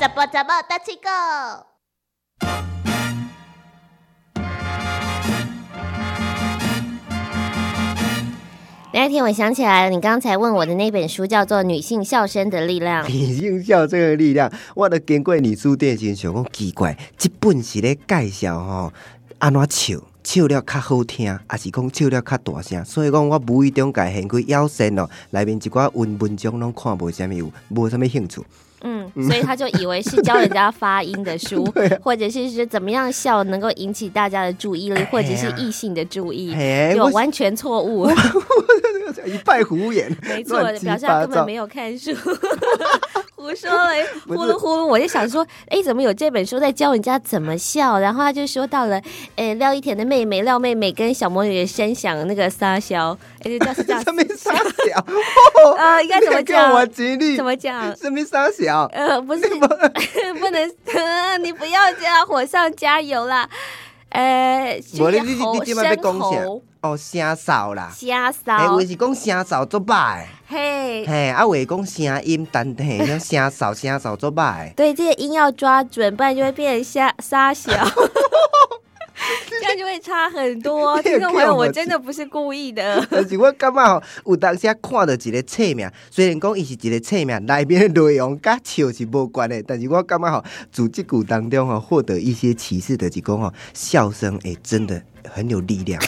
怎么怎么大七狗？那天我想起来了，你刚才问我的那本书叫做《女性笑声的力 量》。女性笑这个力量，我都经过你书店时想讲奇怪，这本是咧介绍吼，安怎笑？笑了较好听，还是讲笑了较大声，所以讲我无意中家现开腰身咯，内面一寡文文章拢看无啥物有，无啥物兴趣。嗯，所以他就以为是教人家发音的 书，啊或者是是怎么样笑能够引起大家的注哎意力，或者是异性的注意，嘿就哎我完全错误。一派胡言， 没错，乱七表示他八根本糟。没有看 书。胡说了，呼不是，噜呼噜，我就想说，哎，怎么有这本书在教人家怎么笑？然后他就说到了，哎，廖一田的妹妹廖妹妹跟小魔女的声响那个撒娇，哎，这叫是这样 什么傻小？ 呃，应该怎么你敢叫我讲？吉利？怎么讲？什么啊傻小？呃，不是， 不能，呃你不要这样，火上加油啦！呃，无就是你你喉你即摆要讲生啥喉？哦，声哨啦。加哎，骚我，是讲声哨作歹的，嘿，嘿，啊，话讲声音单嘿，那声哨 声哨作歹的。对，这些音要抓准，不然就会变成瞎沙 小，这样就会差很 多。你有听众朋友，看我我这真的不是故意的。但是我感觉吼，有当时啊看到一个册名，虽然讲伊是一个册名，内面的内容甲笑是无关的，但是我感觉吼，从这句当中吼，获得一些启示的，就是讲吼，笑声诶、真的很有力量，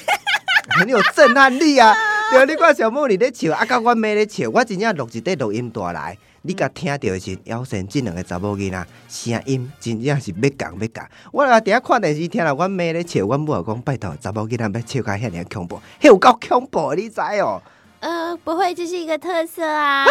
很有震撼力啊！对，你看小莫你咧笑，啊，甲阮妹咧笑，我真正录一块录音带来。你甲听到的是，妖神这两个查某囡仔声音真正是要讲要讲。我若伫遐看电视，听到阮妹咧笑，阮母也讲拜托，查某囡仔要笑甲遐尔恐怖，迄有够恐怖，你知哦？呃，不会，这是一个特色 啊。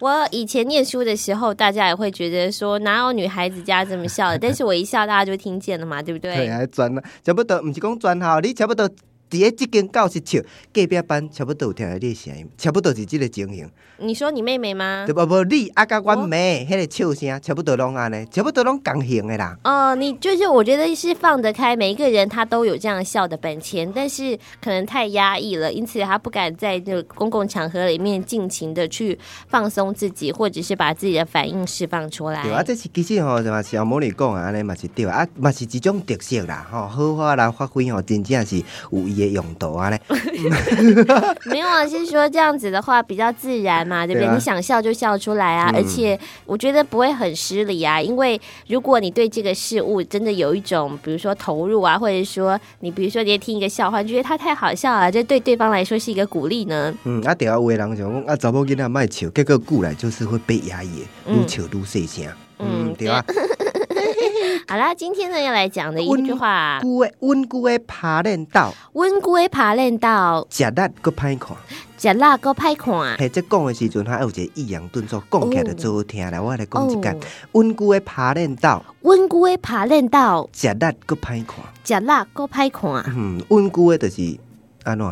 我以前念书的时候，大家也会觉得说，哪有女孩子家这么笑的？但是我一笑，大家就听见了嘛，对不对？对，啊，全啊差不多，毋是讲全校，你差不多伫咧即间教室笑，隔壁班差不多有听到你的声音，差不多是即个情形。你说你妹妹吗对？无无你啊，甲我阮妹迄个笑声，差不多拢安尼，差不多拢共型的啦。哦、你就是我觉得是放得开，每一个人他都有这样笑的本钱，但是可能太压抑了，因此他不敢在这个公共场合里面尽情的去放松自己，或者是把自己的反应释放出来。对啊，这是其实吼，嘛小魔女讲的安尼嘛是对的啊，嘛是一种特色啦，吼，好好啦发挥吼，真正是有伊的用途安尼。没有啊，是说这样子的话比较自然嘛，对不对？对啊你想笑就笑出来啊，嗯而且我觉得不会很失礼啊，因为如果你对这个事物真的有一种，比如说投入啊，或者说你比如说你也听一个笑话，你觉得它太好笑了，这对对方来说是一个鼓励呢。嗯，啊对啊，有的人想讲啊，查某囡仔莫笑，结果久来就是会被压抑的，嗯愈笑愈细声。嗯嗯，对啊，好啦，今天呢要来讲的一温句话，久的温久的爬练到，温龟爬练到，食力佫歹看。食辣个歹看。嘿，这讲的时阵，还有一个抑扬顿挫，讲起来就最好听啦。我来讲一哦间，温久的爬练到，温龟爬练到，食力佫歹看。食辣个歹看。嗯，温久的就是安怎？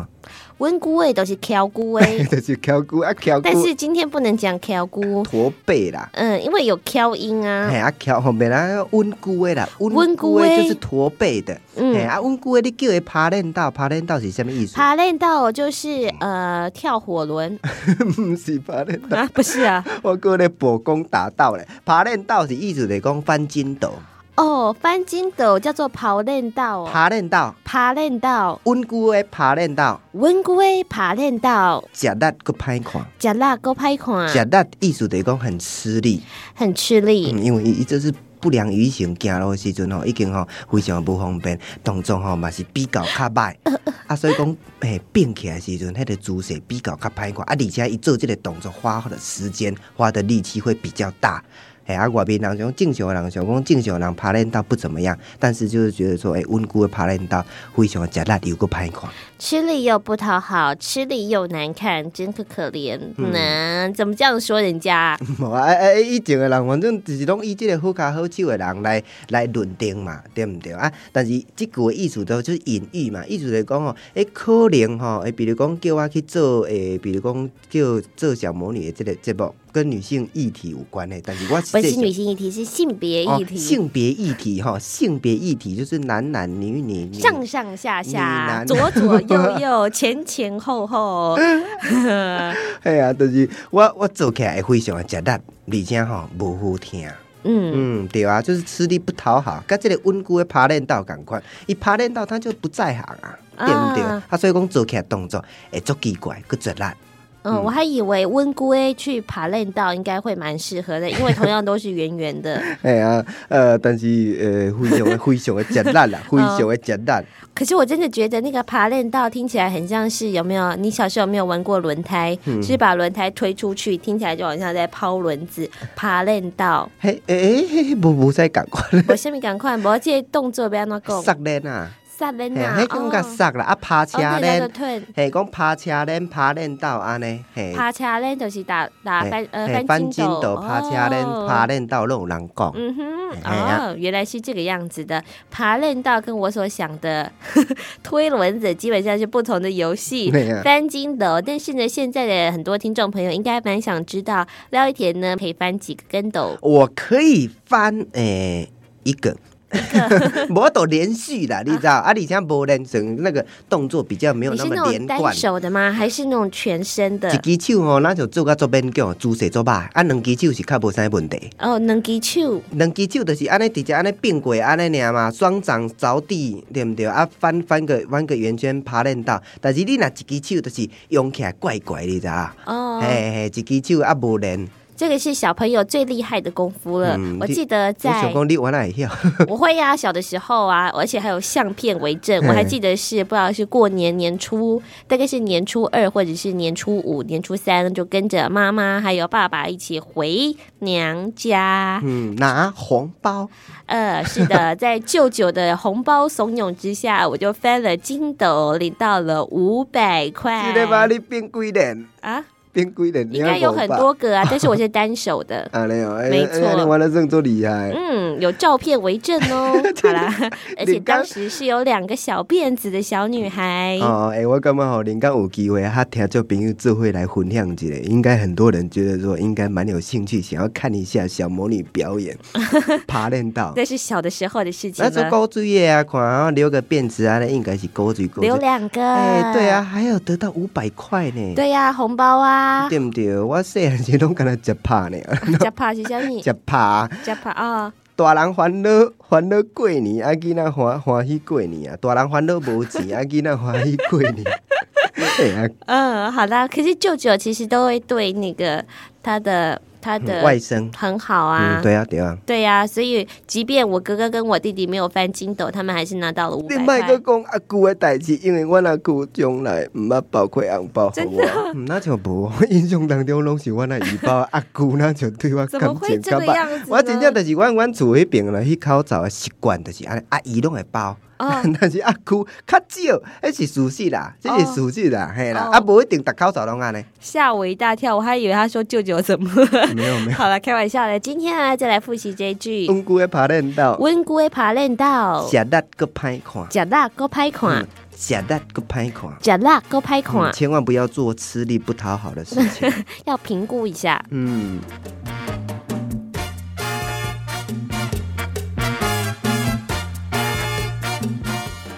温龟诶都是翘龟 诶，就是翘骨啊，翘骨但是今天不能讲翘龟。驼背啦。嗯，因为有翘音啊嘿，，啊，翘后面啊，温姑的啦，温温姑姑的的就是驼背的。嘿，嗯，啊，温姑的你叫伊爬练道，爬练道是什么意思？爬练到就是呃跳火 轮不是爬练道，啊，不是啊，我讲咧博公打道咧。爬练道是意思就是讲翻筋斗，哦，翻筋斗叫做跑练到哦，爬练道，爬练到，温姑的爬练道，温龟爬练到，食力佫歹看，食辣个歹食看，力意思就是讲很吃力，很吃力。嗯因为伊伊这是。不良于行，行路的时阵吼，已经吼非常不方便，动作吼嘛是比较较歹，啊，所以讲诶，变起来的时阵，迄、个姿势比较较歹看，啊，而且伊做即个动作花的时间、花的力气会比较大。哎、啊，外面人讲正常的人想讲正常的人爬练到不怎么样，但是就是觉得说，诶、温姑的爬练到非常吃力又个歹看，吃力又不讨好，吃力又难看，真可可怜。嗯、嗯怎么这样说人家 啊？无啊，哎哎，以前的人反正就是拢以即个好骹好手的人来来论定嘛，对毋对啊？但是即句的意思都就是隐喻嘛，意思就是讲吼，诶，可能吼，诶，比如讲叫我去做诶，比如讲叫做小魔女的即个节目，跟女性议题有关的，但是我不是说女性议题，是性别哦议题，性别议题哈，性别议题就是男男女女女上上下女下，男左左右右，前前后后，嗯哎呀，就是我我做起来会非常的吃力，而且吼无好听。嗯，嗯，对啊，就是吃力不讨好，跟这个温故的爬练道赶快，一爬练道他就不在行啊，对不对？啊啊，所以讲做起来动作会足奇怪，佮足力。嗯，我还以为温姑 A 去爬练道应该会蛮适合的，因为同样都是圆圆 的。哎呀，呃，但是呃，非常的非常的吃力 啦，非常的吃力。可是我真的觉得那个爬练道听起来很像是有没有？你小时候有没有玩过轮胎？嗯就是把轮胎推出去，听起来就好像在抛轮子。爬练道，嘿，哎哎，无无使赶快我下面赶快，我这个动作不要那讲， 塞练啊，撒练嘿，呐迄，种甲塞啦，啊，爬车哦，哦对，那个练，退。嘿，讲爬车练，爬练道安尼，嘿。爬车链就是打打嘿翻呃嘿翻筋筋斗，斗、爬车链、哦爬链道，拢有人讲。嗯哼，哎呀哦，原来是这个样子的。爬链道跟我所想的 推轮子基本上是不同的游戏对啊呀。翻筋斗，但是呢，现在的很多听众朋友应该蛮想知道，廖一田呢可以翻几个跟斗？我可以翻诶、一个， 我都连续啦，你知道？啊，而且无连成那个动作比较没有你那是么那连种贯单。手的吗？还是那种全身的？一只手吼，咱就做甲做勉强，姿势做歹，啊，两只手是较无啥问题。哦，能给球，两只手就是安尼直接安尼并过安尼尔嘛，双掌着地，对毋对？啊，翻翻个翻个圆圈爬练到，但是你若一只手就是用起来怪怪，你知道？哦，嘿嘿，一只手啊无练，这个是小朋友最厉害的功夫了。嗯我你记得我在想讲你原来会晓。 我会呀、小的时候啊，而且还有相片为证。嗯我还记得是不知道是过年年初，大概是年初二或者是年初五、年初三，就跟着妈妈还有爸爸一起回娘家。嗯，拿红包。呃，是的，在舅舅的红包怂恿之下，我就翻了筋斗，领到了五百块记。得哎吧？你变几年？啊，变几年？应该有很多个啊，但是我是单手的。啊，没有，哎没错哎你玩的真足厉害。嗯，有照片为证哦。 好啦， 而且当时是有两个小辫子的小女孩。哦，哎、我感觉吼，林刚有机会，他听这朋友智慧来分享一下，应该很多人觉得说，应该蛮有兴趣，想要看一下小魔女 表演爬练道。那是小的时候的事情那做了。高追的啊，看啊留个辫子啊，那应该是高追高留追。两个，哎、对啊，，还有得到五百块呢，对呀、红包啊， 对不对？我细汉时拢跟他食 拍呢，加帕是叫 你食拍。加帕啊，大人烦恼烦恼过年，啊囡仔欢欢喜过年啊！大人烦恼无 钱，啊囡仔欢喜过年。哎呀，嗯，好啦。可是舅舅其实都会对那个他的他的嗯外甥，很好啊，嗯，对啊，对啊。对呀、所以即便我哥哥跟我弟弟没有翻筋斗，他们还是拿到了五你百莫块个。讲阿舅的代志，因为阮阿舅从来毋捌包括红包给真我，嗯那就无。我印象当中拢是阮阿姨包，阿舅那就对我怎么感会情这个较歹样子呢？我真正就是阮阮厝迄边啦，迄口罩的习惯就是安尼，阿姨拢会包。哦， 但是阿舅较少，迄是事实啦，这是事实啦，嘿啦哦，啊无一定逐口罩 拢安尼。吓我一大跳，我还以为他说舅舅怎么了？没 有 没有，好了，开玩笑的。今天啊，再来复习这一句：温姑的爬练到，温姑的爬练到，嗯食力个歹看，假辣够拍款。嗯食力个歹看。假辣够拍款 嗯，千万不要做吃力不讨好的事情。要评估一下。嗯。